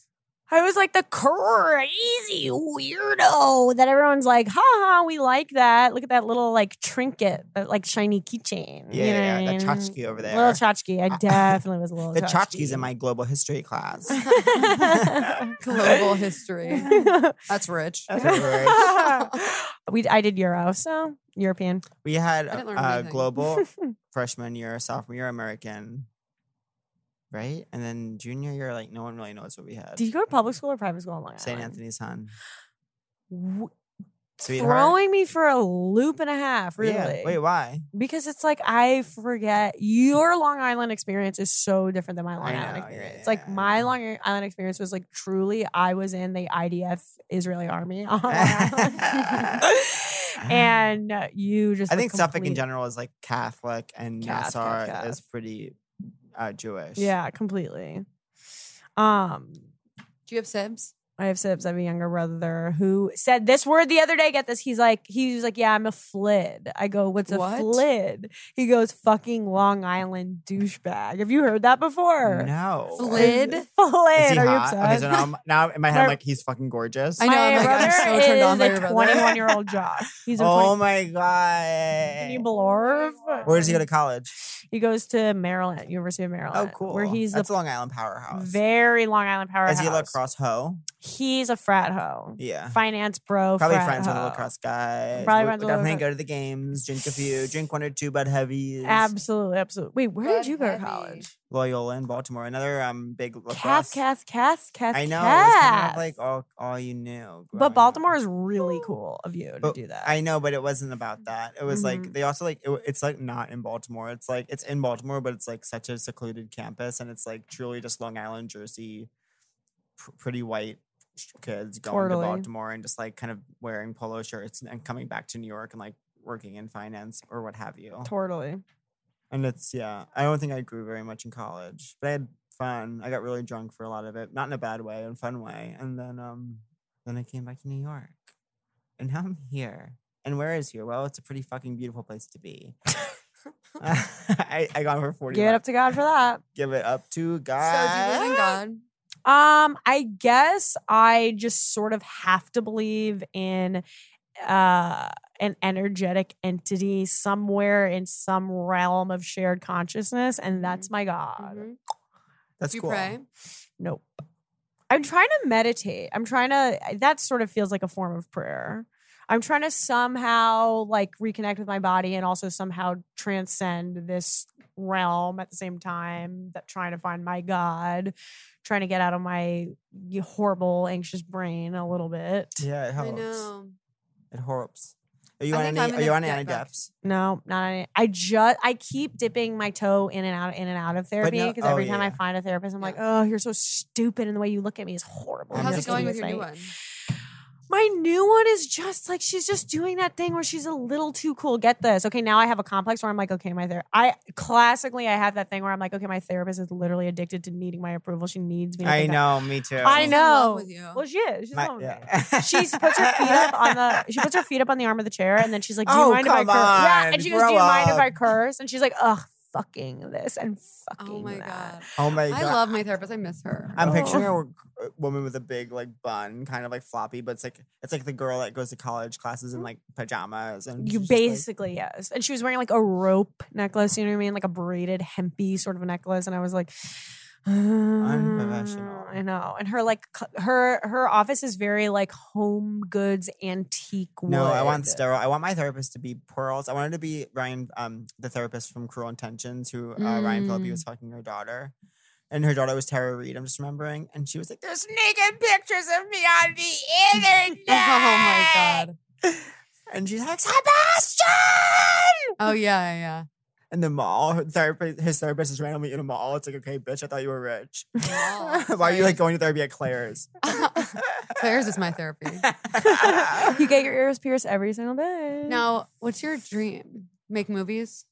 I was like the crazy weirdo that everyone's like, ha ha, we like that. Look at that little like trinket, that like shiny keychain. Yeah, you know yeah, what yeah, that I mean? tchotchke over there. Little tchotchke. I definitely was a little the tchotchke's in tchotchke. my global history class. Global history. That's rich. That's what we were- we I did Euro, so European. we had I didn't learn uh, anything. global freshman year, sophomore year, American, right? And then junior year, like no one really knows what we had. Did you go to public school or private school in Long St. Island? Anthony's Hun. W- Sweetheart. throwing me for a loop and a half, really. Yeah. Wait, why? because it's like I forget your Long Island experience is so different than my Long I Island know, experience. yeah, like yeah, my yeah. Long Island experience was like truly I was in the IDF Israeli army on Long Island. and uh, you just I were think Suffolk in complete- general is like Catholic, and Cath, Nassau cath, is pretty uh, Jewish. Yeah, completely. Um Do you have sibs? I have Sips. I have a younger brother who said this word the other day. Get this. He's like, he was like, yeah, I'm a flid. I go, what's a What? flid? He goes, fucking Long Island douchebag. Have you heard that before? No. Flip. Flid? Is- Flid. Is he Are you hot? Okay, obsessed? so now, I'm- now in my head, My- I'm like, he's fucking gorgeous. I know, My I'm like, I'm brother so turned on is by a your brother. 21 year old jock. He's a oh 20 my Can you god. believe? Where does he go to college? He goes to Maryland, University of Maryland. Oh, cool. Where he's That's a the Long Island powerhouse. very Long Island powerhouse. Is he a lacrosse hoe? He's a frat hoe. Yeah. Finance bro. Probably frat friends with a hoe. lacrosse guy. Probably Would- friends would with a Definitely lacrosse- go to the games, drink a few, drink one or two Bud Heavies. Absolutely, absolutely. Wait, where Bud did you go to Heavy. college? Loyola in Baltimore. Another um big lacrosse. Cath, Cath, Cath, Cath. I know. It was kind Cath. of like all, all you knew. growing but up. Baltimore is really cool of you to But do that. I know, but it wasn't about that. It was Mhm. like they also like it, w- it's like not in Baltimore. It's like it's in Baltimore, but it's like such a secluded campus, and it's like truly just Long Island, Jersey, pr- pretty white sh- kids going Totally. to Baltimore and just like kind of wearing polo shirts and coming back to New York and like working in finance or what have you. totally. And it's yeah, I don't think I grew very much in college, but I had fun. I got really drunk for a lot of it, not in a bad way, in a fun way. And then um, then I came back to New York, and now I'm here. And where is here? Well, it's a pretty fucking beautiful place to be. I, I got over forty. Give it up to God for that. Give it up to So do you God. believe in God? Um, I guess I just sort of have to believe in uh an energetic entity somewhere in some realm of shared consciousness, and that's my God. Mhm. That's Do you cool. pray? Nope. I'm trying to meditate. I'm trying to, that sort of feels like a form of prayer. I'm trying to somehow like reconnect with my body and also somehow transcend this realm at the same time that trying to find my God, trying to get out of my horrible, anxious brain a little bit. Yeah, it helps. I know. It helps. Are you I on think any? I'm Are gonna you on get any back. depths? No, not any. I just I keep dipping my toe in and out in and out of therapy no- because oh, every yeah, time I yeah. find a therapist, I'm like, Yeah. oh, you're so stupid, and the way you look at me is horrible. I'm How's it just going doing with this your new thing." one? My new one is just like she's just doing that thing where she's a little too cool. Get this, okay? Now I have a complex where I'm like, okay, my therapist. I classically I have that thing where I'm like, okay, my therapist is literally addicted to needing my approval. She needs me. to I think know, me too. I She's in know. love With you. Well, she is. She's My- the one with me. yeah. She puts her feet up on the she puts her feet up on the arm of the chair and then she's like, Do you Oh, mind if I come curse? Yeah. on, And she goes, Do you grow mind if I up." curse? And she's like, Ugh, fucking this and fucking Oh my that. god. Oh my god. I love my therapist. I miss her. I'm Oh. picturing a w- a woman with a big like bun, kind of like floppy, but it's like it's like the girl that goes to college classes in like pajamas and she's You just, like- basically yes. And she was wearing like a rope necklace, you know what I mean? Like a braided hempy sort of a necklace. And I was like, Unprofessional. "Uh, I know. And her like c- her her office is very like home goods antique wood. no, I want sterile. I want my therapist to be pearls. I wanted to be Ryan, um, the therapist from Cruel Intentions, who uh, Ryan Phillippe Mm. was fucking her daughter, and her daughter was Tara Reid. I'm just remembering, and she was like, "There's naked pictures of me on the internet." Oh my god. And she's like, "Sebastian!" Oh yeah, yeah. in the mall. Her therapist, his therapist is randomly in a mall. It's like, okay, bitch, I thought you were rich. Mall, Why are you like right. going to therapy at Claire's? Claire's is my therapy. you get your ears pierced every single day. Now, what's your dream? Make movies?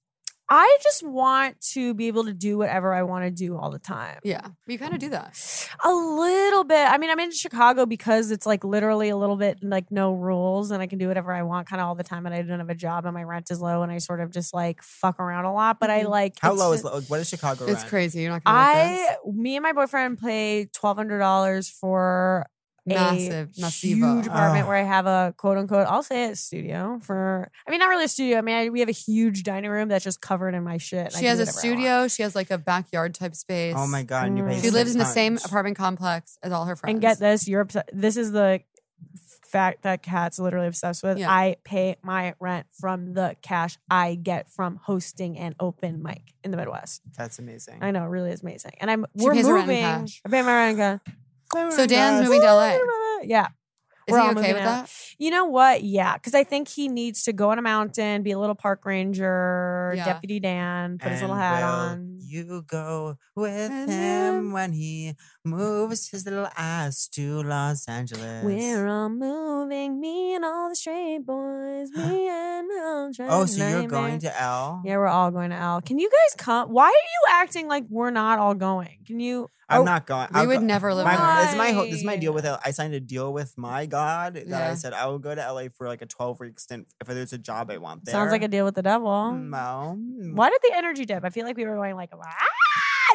I just want to be able to do whatever I want to do all the time. Yeah. You kind of do that. A little bit. I mean, I'm in Chicago because it's like literally a little bit like no rules and I can do whatever I want kind of all the time and I don't have a job and my rent is low and I sort of just like fuck around a lot. But I Mhm. like Mm-hmm. How it's low ju- is low? What is Chicago It's rent? crazy. You're not gonna like I me and my boyfriend pay twelve hundred dollars for this. massive, Uh, a huge massivo. apartment Ugh. where I have a quote unquote, I'll say it studio for, I mean, not really a studio. I mean, I, we have a huge dining room that's just covered in my shit. and I She do has a whatever I want. studio. She has like a backyard type space. Oh my god! and you pay Mm. She lives in the six same times. apartment complex as all her friends. And get this, you're obs- This is the fact that Kat's literally obsessed with. Yeah. I pay my rent from the cash I get from hosting an open mic in the Midwest. That's amazing. I know, it really is amazing. And I'm She we're pays her rent in moving. cash. I pay my rent in cash. So Dan's moving to LA. Yeah. Is We're he all okay moving with out. that? You know what? Yeah, because I think he needs to go on a mountain, be a little park ranger, Yeah. deputy Dan, put his little And hat will on. You go with With him him. when he moves his little ass to Los Angeles. We're all moving, me and all the straight boys, me and Eldra. oh, so you're Nightmare. going to L? Yeah, we're all going to L. Can you guys come? Why are you acting like we're not all going? Can you? I'm oh, not going. We I'll would go- never live. in my, LA. this is my ho- this is my deal Why? with it. I signed a deal with my God that I Yeah. said I will go to LA for like a 12 week stint if there's a job I want there. Mm, Sounds like a deal with the devil. Mm, no. Why did the energy dip? I feel like we were going like, ah!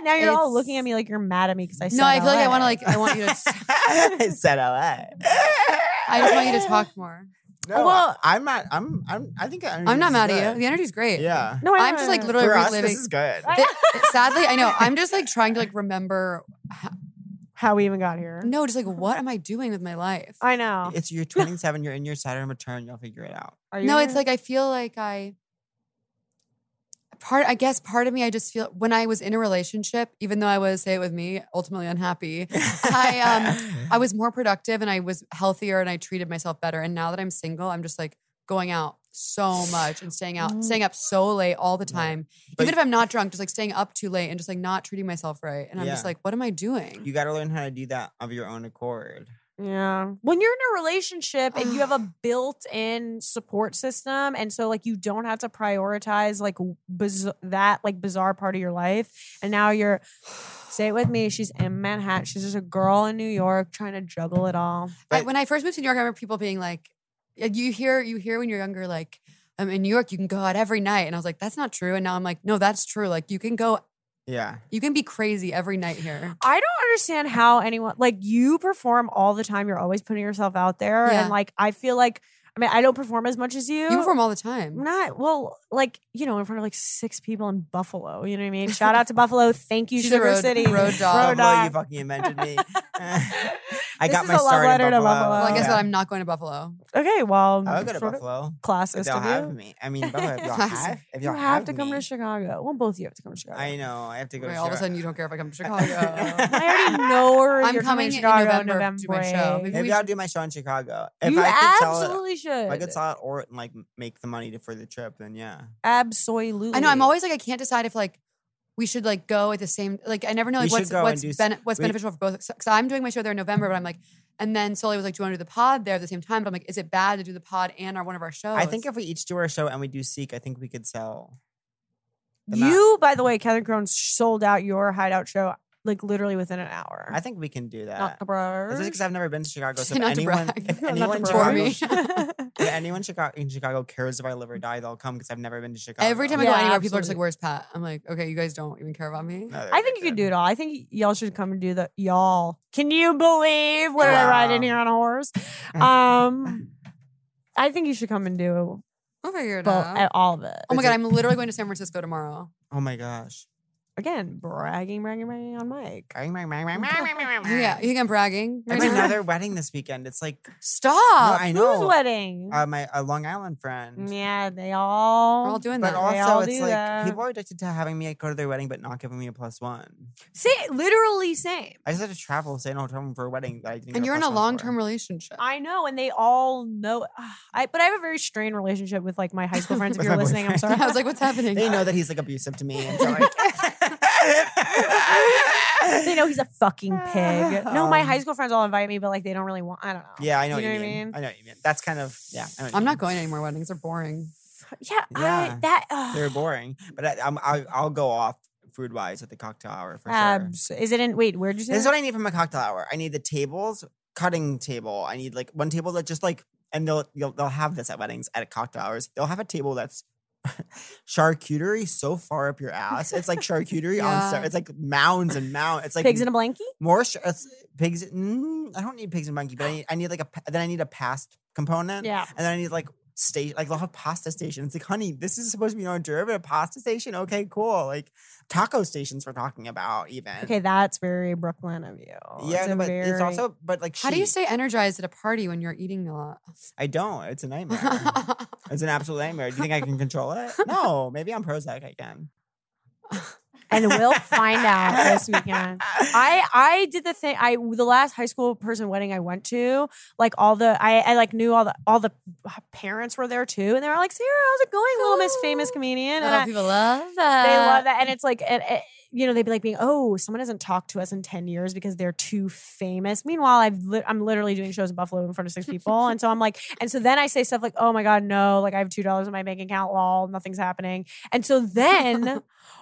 Now you're all looking It's- at me like you're mad at me because I said No, I feel like I want to LA. like I want you to. I said LA. I just want you to talk more. No, Well- I'm not. I'm. I'm. I think I I'm not mad at you. The energy's great. Yeah. No, I I'm just like don't. literally For us, reliving. this is good. I- Th- Sadly, I know. I'm just like trying to like remember. how we even got here. No, just like what am I doing with my life? I know. It's you're 27. You're in your Saturn return. You'll figure it out. Are you No, it's gonna- like I feel like I. Part I guess part of me I just feel when I was in a relationship, even though I was say it with me, ultimately unhappy. I, um, I was more productive and I was healthier and I treated myself better. And now that I'm single, I'm just like going out so much and staying out, staying up so late all the Mm. Right. time. But Even if I'm not drunk, just like staying up too late and just like not treating myself right. And I'm just Yeah. like, what am I doing? you got to learn how to do that of your own accord. Yeah. When you're in a relationship and you have a built-in support system and so like you don't have to prioritize like biz- that like bizarre part of your life and now you're say it with me she's in Manhattan she's just a girl in New York trying to juggle it all. I, But- when I first moved to New York, I remember people being like, like, you hear you hear when you're younger, like, um, in New York, you can go out every night. And I was like, that's not true. And now I'm like, no, that's true. Like you can go, Yeah. you can be crazy every night here. I don't understand how anyone like you perform all the time you're always putting yourself out there Yeah. and like I feel like I mean I don't perform as much as You perform all the time. Not well, like you know, in front of like six people in Buffalo. You know what I mean? Shout out to Buffalo. Thank you, She's a Sugar road- City, road dog. Buffalo, dog. you fucking invented me. I This got is my a love start letter in to Buffalo. Buffalo. Well, I guess yeah. what, I'm not going to Buffalo. Okay, well, I'll go to sort of Buffalo. If Classes they'll have to me. I mean, Buffalo, if y'all Classes. have, if You y'all have to come me. to Chicago. Well, both of you have to come to Chicago. I know. I have to go. Right, to all of a Chicago. sudden, you don't care if I come to Chicago. I already know where I'm you're coming to coming in Chicago in November November. to do my show. Maybe If we y'all should- do my show in Chicago, if you I could sell it, absolutely should. if I could sell it or and like m- make the money to, for the trip, then yeah. Absolutely. I know. I'm always like, I can't decide if like we should like go at the same. Like, I never know We like should what's go and what's do s- ben, what's we- beneficial for both. Because I'm doing my show there in November, but I'm like, and then Sully was like, "Do you want to do the pod there at the same time?" But I'm like, "Is it bad to do the pod and our one of our shows?" I think if we each do our show and we do Seek, I think we could sell. the map. You, by the way, Kevin Crone sold out your hideout show like literally within an hour. I think we can do that. not the bros. This is because I've never been to Chicago. So Say if not to anyone, brag. if Not to anyone, in brag. Chicago, For me. if anyone Chicago, in Chicago cares if I live or die, they'll come because I've never been to Chicago. every time I Yeah, go anywhere, people are just like, absolutely. "Where's Pat?" I'm like, "Okay, you guys don't even care about me." No, they're I good, think you could do they're it all. I think y'all should come and do the y'all. Can you believe we're riding Wow. here on a horse? good. Um, I think you should come and do I'll figure it both, out. all of it. oh my It's god, a- I'm literally going to San Francisco tomorrow. Oh my gosh. Again, bragging, bragging, bragging on Mike. Bang, bang, bang, bang, bang. Yeah, you think I'm bragging? I right have now? another wedding this weekend. It's like, no, Stop. I Whose know. wedding? Mm, Uh, my a Long Island friend. yeah, they all. We're all doing But that. all- they also, it's do like that. people are addicted to having me go to their wedding, but not giving me a plus one. Say literally same. I just had to travel, stay in a hotel room for a wedding that I didn't. get and you're in a plus one long for. term relationship. I know, and they all know. I but I have a very strained relationship with like my high school friends. If With you're my listening, I'm sorry. boyfriend. I was like, "What's happening?" They know that he's like abusive to me, and so they like. know he's a fucking pig. No, my Um, high school friends all invite me, but like they don't really want. I don't know. yeah, I know, You what know you what I mean. mean? I know what you mean. That's kind of yeah. I know what you I'm not mean. going to any more weddings. They're boring. yeah. I, Yeah. that. ugh. They're boring, but I, I'm, I, I'll go off food wise at the cocktail hour for sure. Abs- um, Is it in? Wait, where did you say? This is that? what I need from a cocktail hour. I need the tables, cutting table. I need like one table that just like, and they'll you'll, they'll have this at weddings at cocktail hours. They'll have a table that's charcuterie so far up your ass. It's like charcuterie on. Yeah. Star- it's like mounds and mounds. It's like Pigs in a blankie. more sh- it's pigs. Mm, I don't need pigs and monkey, but I need I need like a pa- then I need a past component. Yeah. and then I need like. State like they'll have pasta stations. Like, honey, this is supposed to be our derivative pasta station. Okay, cool. Like taco stations we're talking about, even. Okay, that's very Brooklyn of you. Oh, Yeah, It's no, a but very- it's also but like How do you cheap. stay energized at a party when you're eating a lot? I don't. It's a nightmare. it's an absolute nightmare. Do you think I can control it? No, maybe I'm Prozac. I can. and we'll find out this weekend. I I did the thing. I the last high school person wedding I went to, like all the I, I like knew all the all the uh, parents were there too, and they were like, "Sarah, how's it going, little Miss Famous Comedian?" And Oh, I, people love that. they love that, and it's like, and, and, you know, they'd be like, "Being oh, someone hasn't talked to us in ten years because they're too famous." Meanwhile, I've lit I'm literally doing shows in Buffalo in front of six people, and so I'm like, and so then I say stuff like, "Oh my god, no! Like I have two dollars in my bank account, lol, nothing's happening." And so then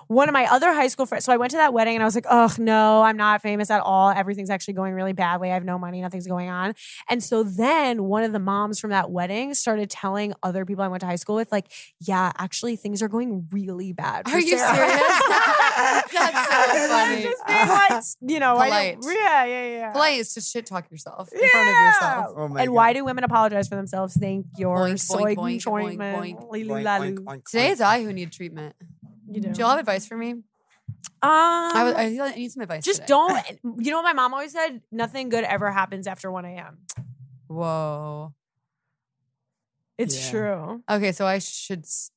one of my other high school friends, so I went to that wedding and I was like, oh no, I'm not famous at all. Everything's actually going really badly. I have no money, nothing's going on. And so then one of the moms from that wedding started telling other people I went to high school with, like, yeah, actually things are going really bad. for Are you Sarah." serious? That's so And I'm funny. just being like, you know, I don't- Polite. yeah, yeah, yeah. Play is to shit talk yourself in front of yourself. Oh my and God. why do women apologize for themselves? Thank your Boink, boink, soybean boink, boink, ointment. boink. Lulu Oink, lalu. oink, oink, Today oink. it's I who need treatment. You know. Do y'all have advice for me? I, Um, would- I, feel like I need some advice. just today. don't. You know what my mom always said? Nothing good ever happens after 1 a.m. Whoa. It's Yeah. true. Okay, so I should. s-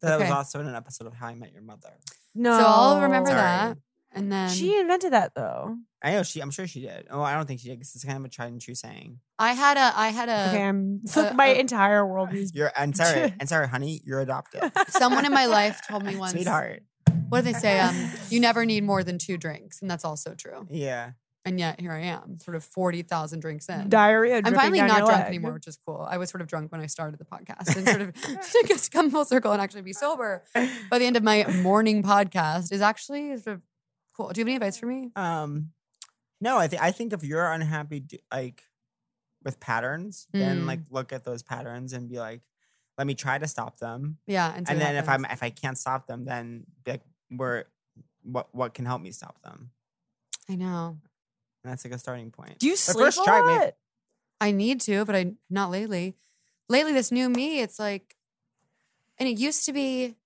That was okay. also in an episode of How I Met Your Mother. No. So I'll remember Sorry. that. And then She invented that though. I know she. I'm sure she did. Oh, I don't think she did. 'cause it's kind of a tried and true saying. I had a. I had a. okay, I'm uh, my uh, entire world is You're and sorry, and sorry, honey, you're adopted, Someone in my life told me once. sweetheart. What did they say? Um, you never need more than two drinks, and that's also true. Yeah, And yet here I am, sort of forty thousand drinks in. diarrhea. Um, I'm dripping finally down not your drunk leg. anymore, which is cool. I was sort of drunk when I started the podcast and sort of took us come full circle and actually be sober by the end of my morning podcast is actually sort of cool. Do you have any advice for me? Um, no, I think I think if you're unhappy, d- like with patterns, then Mm. like look at those patterns and be like, let me try to stop them, Yeah. And, see and what then if I'm happens. if I can't stop them, then be like where what what can help me stop them? I know. And that's like a starting point. Do you The sleep a may- lot? I need to, but I not lately. Lately, this new me, it's like, and it used to be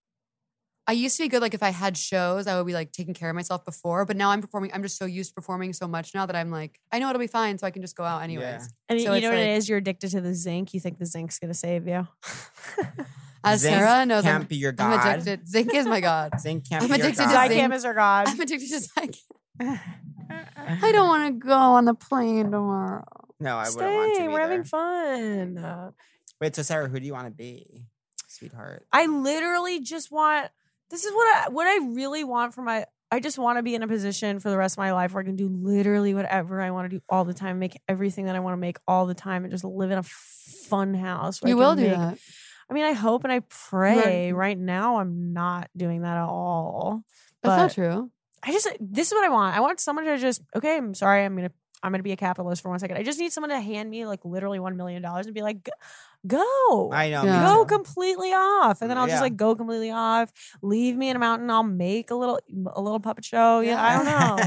I used to be good. Like if I had shows, I would be like taking care of myself before. But now I'm performing. I'm just so used to performing so much now that I'm like, I know it'll be fine. So I can just go out anyways. Yeah. And So you it's know what it like- is? You're addicted to the zinc. You think the zinc's gonna save you. As Zinc Sarah knows, can't I'm, be your I'm god. addicted. Zinc is my god. Zinc can't I'm be your addicted to god. zinc. Zycam is our god. I'm addicted to zinc. I don't want to go on the plane tomorrow. No, I wouldn't want to. Stay. We're having either. fun. Uh, Wait, so Sarah, who do you want to be, sweetheart? I literally just want. This is what I what I really want for my. I just want to be in a position for the rest of my life where I can do literally whatever I want to do all the time, make everything that I want to make all the time, and just live in a fun house. where I You can will do make- that. I mean, I hope and I pray. Right now, I'm not doing that at all. That's but- not true. I just this is what I want. I want someone to just okay. I'm sorry. I'm gonna I'm gonna be a capitalist for one second. I just need someone to hand me like literally one million dollars and be like, "G- go. I know. me Yeah. go too. completely off and then i'll Yeah. just like go completely off leave me in a mountain i'll make a little a little puppet show yeah, i don't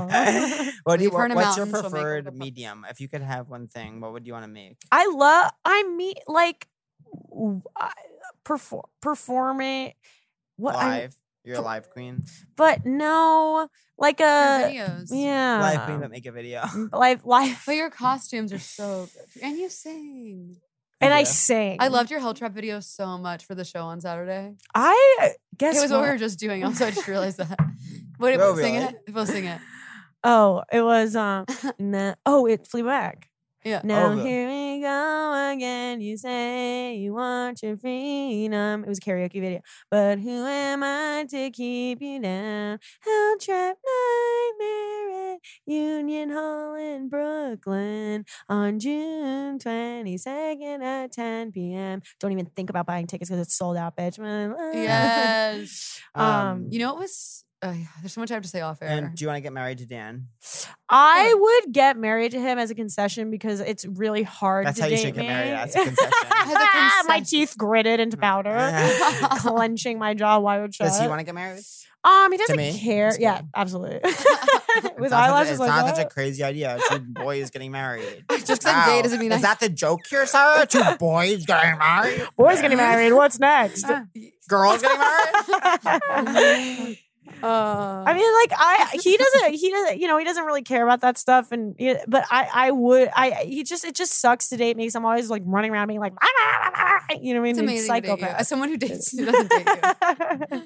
know what do you, Leave her in what, a what's mountain, she'll your make all the preferred puppets. medium? If you could have one thing, what would you want to make? i love i meet like w- I, perform performing what I, live. You're a live queen. but no like a videos. Uh, yeah live queen, Um, but make a video. mm, live live But your costumes are so good. And you sing. and i Yeah. sing I loved your Hell Trap video so much for the show on Saturday. i uh, guess it was what we what? were just doing. Also, I just realized that. What Oh, we'll sing really? it? We'll sing it. oh it was um no oh it flew back Yeah. Now the- here we go again. You say you want your freedom. It was a karaoke video. But who am I to keep you down? Hell trap nightmare at Union Hall in Brooklyn on June 22nd at 10 p.m. Don't even think about buying tickets because it's sold out, bitch. Yes. um, You know, it was. Uh, there's so much I have to say off air. and do you want to get married to Dan? I would get married to him as a concession because it's really hard That's to how you date should get married, me. as a concession. As a My concession. teeth gritted into powder, clenching my jaw wide shut. Mm. Does he want to get married? um, he doesn't me? care. Just Yeah, kidding. absolutely. It's not With such a- eyelashes it's like not that. such a crazy idea. Two boys getting married. Just 'cause I'm gay doesn't mean Is I- that the joke here, Sarah? Two boys getting married. Boy's getting married. What's next? uh, Girls getting married. I I mean, like I, he doesn't. He doesn't. You know, he doesn't really care about that stuff. And he- but I, I would. I he just it just sucks to date me. Because I'm always like running around being like, "Ah, ah, ah, ah," you know what I it's amazing. mean? to date you. Psychopath. As someone who dates, who doesn't date you.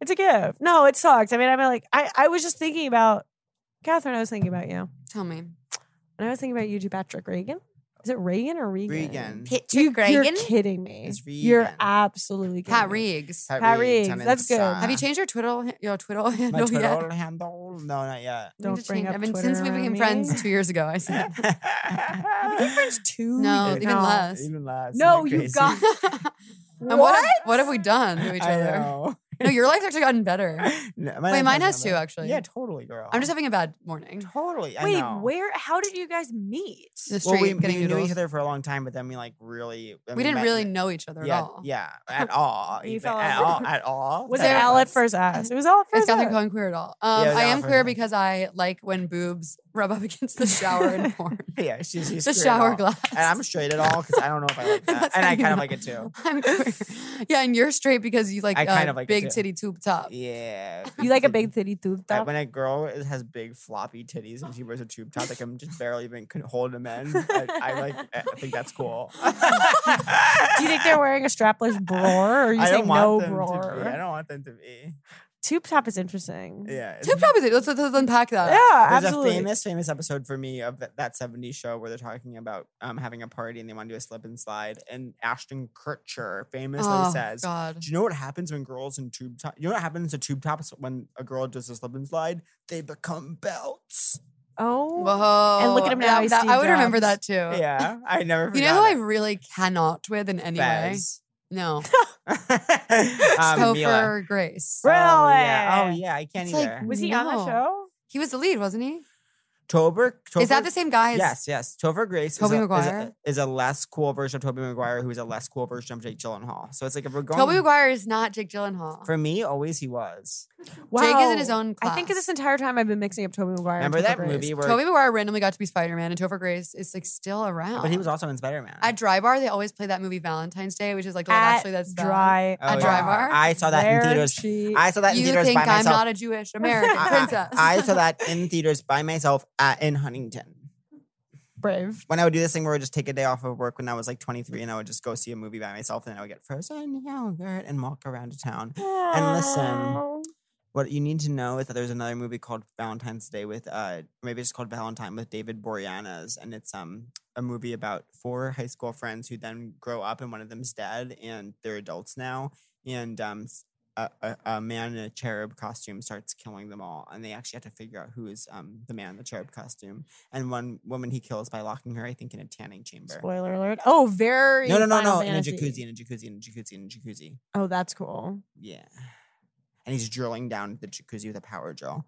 it's a gift. No, it sucks. I mean, I'm like, I, I was just thinking about Catherine. I was thinking about you, Tell me. and I was thinking about you too, Patrick Reagan. Is it Reagan or Regan? Regan. You, Patrick you're kidding me. It's You're Regan. absolutely kidding Pat Uh-huh. me. Reegs. Pat Reeves, Tennant that's good. Sa- Have you changed your Twitter your Twitter my handle Twitter yet? handle? No, not yet. You need Don't to bring change- up I mean, Twitter since we on became me. friends two years ago, I said. Friends Two No, years. even less. Even less. No, Isn't that you crazy? got- And what? have, what have we done to each I other? know. No, your life's actually gotten better. No, Wait, life mine has has two not been- actually. Yeah, totally, girl. I'm just having a bad morning. totally. I Wait, know. where? How did you guys meet? The street Well, we, getting we knew noodles. each other for a long time, but then we like really. then we didn't met- really know each other yeah, at all. Yeah, at all. You even, fell at in love. all. At all. Was it That Al at was- first ass? It was Al at It's first Catherine ass. Cohen queer at all. Um, Yeah, I no, am for queer sure. because I like when boobs rub up against the shower and porn. Yeah, she's, she's the queer at all. shower glass. And I'm straight at all because I don't know if I like that. That's and how I you kind of know. like it too. I'm queer. Yeah, and you're straight because you like, I kind uh, of like it big too. titty tube top. Yeah. You like a big titty tube Like top? when a girl is- has big floppy titties and she wears a tube top, like I'm just barely even could hold them in. I, I like, I think that's cool. Do you think they're wearing a strapless bra, or are you I saying don't want no them to be. I bra? don't want them to be. Tube top is interesting. Yeah. it's- Tube top is it? Let's, let's unpack that. Oh, Yeah, There's absolutely. a famous, famous episode for me of that, that 70s show where they're talking about um, having a party and they want to do a slip and slide. And Ashton Kutcher famously Oh, says, God. Do you know what happens when girls in tube top? You know what happens to tube tops when a girl does a slip and slide? They become belts. Oh, Whoa. And look at him now, Yeah, he's that- Steve I would remember that Jobs. too. Yeah, I never. You know who I really cannot with in any way? Fez. No. um, Mila. Topher Grace. Really? Oh yeah. oh yeah, I can't It's like- either. was he on the No. show? He was the lead, wasn't he? Tober, Is that the Topher- same guy as Yes, yes. Tover Grace Tobey is, a, is, Maguire? a, is a less cool version of Toby Maguire, who is a less cool version of Jake Gyllenhaal. So it's like if we're going Toby Maguire is not Jake Gyllenhaal. for me, always he was. Jake is in his Wow. own I class. think this entire time I've been mixing up Toby Maguire. and Remember Topher that Grace. movie where? Toby Maguire randomly got to be Spider Man, and Topher Grace is like still around. but he was also in Spider Man. at Dry Bar. They always play that movie Valentine's Day, which is like oh, At actually that's bad. dry. at Bar. Dry Bar. Oh, I saw that in There theaters. she- I saw that in You theaters think by I'm myself. not a Jewish American I- I- princess? I saw that in theaters by myself at, in Huntington. brave. When I would do this thing where I would just take a day off of work when I was like 23 and I would just go see a movie by myself and then I would get frozen yogurt and walk around town. And Oh. listen, What you need to know is that there's another movie called Valentine's Day with uh maybe it's called Valentine with David Boreanaz and it's um a movie about four high school friends who then grow up and one of them's dead and they're adults now and um s- a, a, a man in a cherub costume starts killing them all and they actually have to figure out who is um the man in the cherub costume and one woman he kills by locking her I think in a tanning chamber. Spoiler alert. Oh, very. No no no Final no in a Fantasy. jacuzzi in a jacuzzi in a jacuzzi in a jacuzzi. Oh, that's cool. Yeah. And he's drilling down the jacuzzi with a power drill.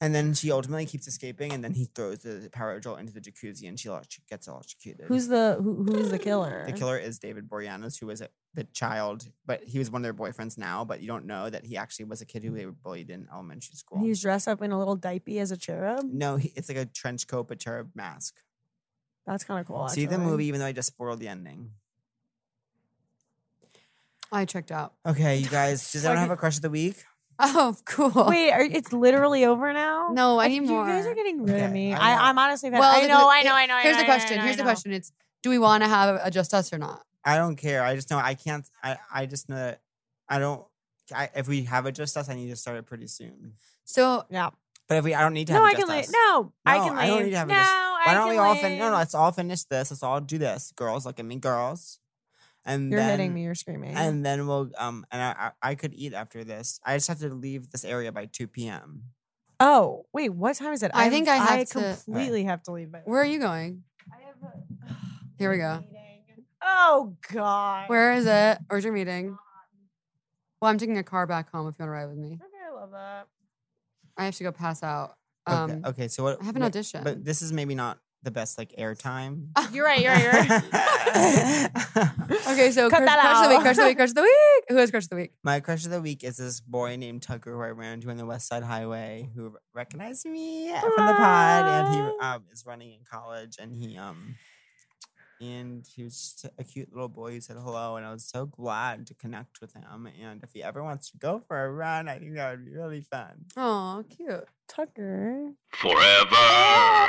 And then she ultimately keeps escaping, and then he throws the power drill into the jacuzzi, and she elect- gets electrocuted. Who's the who, who's the killer? the killer? Is David Boreanaz, who was a, the child, but he was one of their boyfriends now. But you don't know that he actually was a kid who they were bullied in elementary school. Mm. He's dressed up in a little diaper as a cherub. no, he, it's like a trench coat, but cherub mask. That's kind of cool. See the actually. movie, even though I just spoiled the ending. I checked out. Okay, you guys. Does Like anyone have it- a crush of the week? Oh, cool. Wait, are, it's literally over now. No, I Like, need you more. guys are getting rid of Okay, me. I know. I, I'm honestly. Well, Well, I the- know, I know, I know. I Here's know, the I know, I question. know, I Here's the know. question. It's do we want to have a just us or not? I don't care. I just know I can't. I, I just know that I don't. I, if we have it just us, I need to start it pretty soon. So Yeah. But if we, I don't need to. No, have I it can just leave. us. No, I No, can leave. I don't need to have it no, just- I Why don't can we all fin- No, no. leave. Let's all finish this. Let's all do this, girls. Look at me, girls. And You're then, hitting me. You're screaming. And then we'll um. And I, I I could eat after this. I just have to leave this area by two p.m. oh, wait. What time is it? I think I have I to- completely have to leave. By where are you going? I have a- Here we go. meeting. Oh God. Where is it? Where's your meeting? Well, I'm taking a car back home if you want to ride with me. Okay, I love that. I have to go pass out. Okay. Um, okay. So what? I have an wait, audition. But this is maybe not the best like airtime. You're right. You're right. You're right. right. Okay, so Cut crush, that crush of the week, out. crush of the week, crush of the week. Who has crush of the week? My crush of the week is this boy named Tucker who I ran into on the West Side Highway who r- recognized me from the pod, and he Hi. um, is running in college, and he um, and he was just a cute little boy who said hello, and I was so glad to connect with him. And if he ever wants to go for a run, I think that would be really fun. Oh, cute. Tucker. Forever.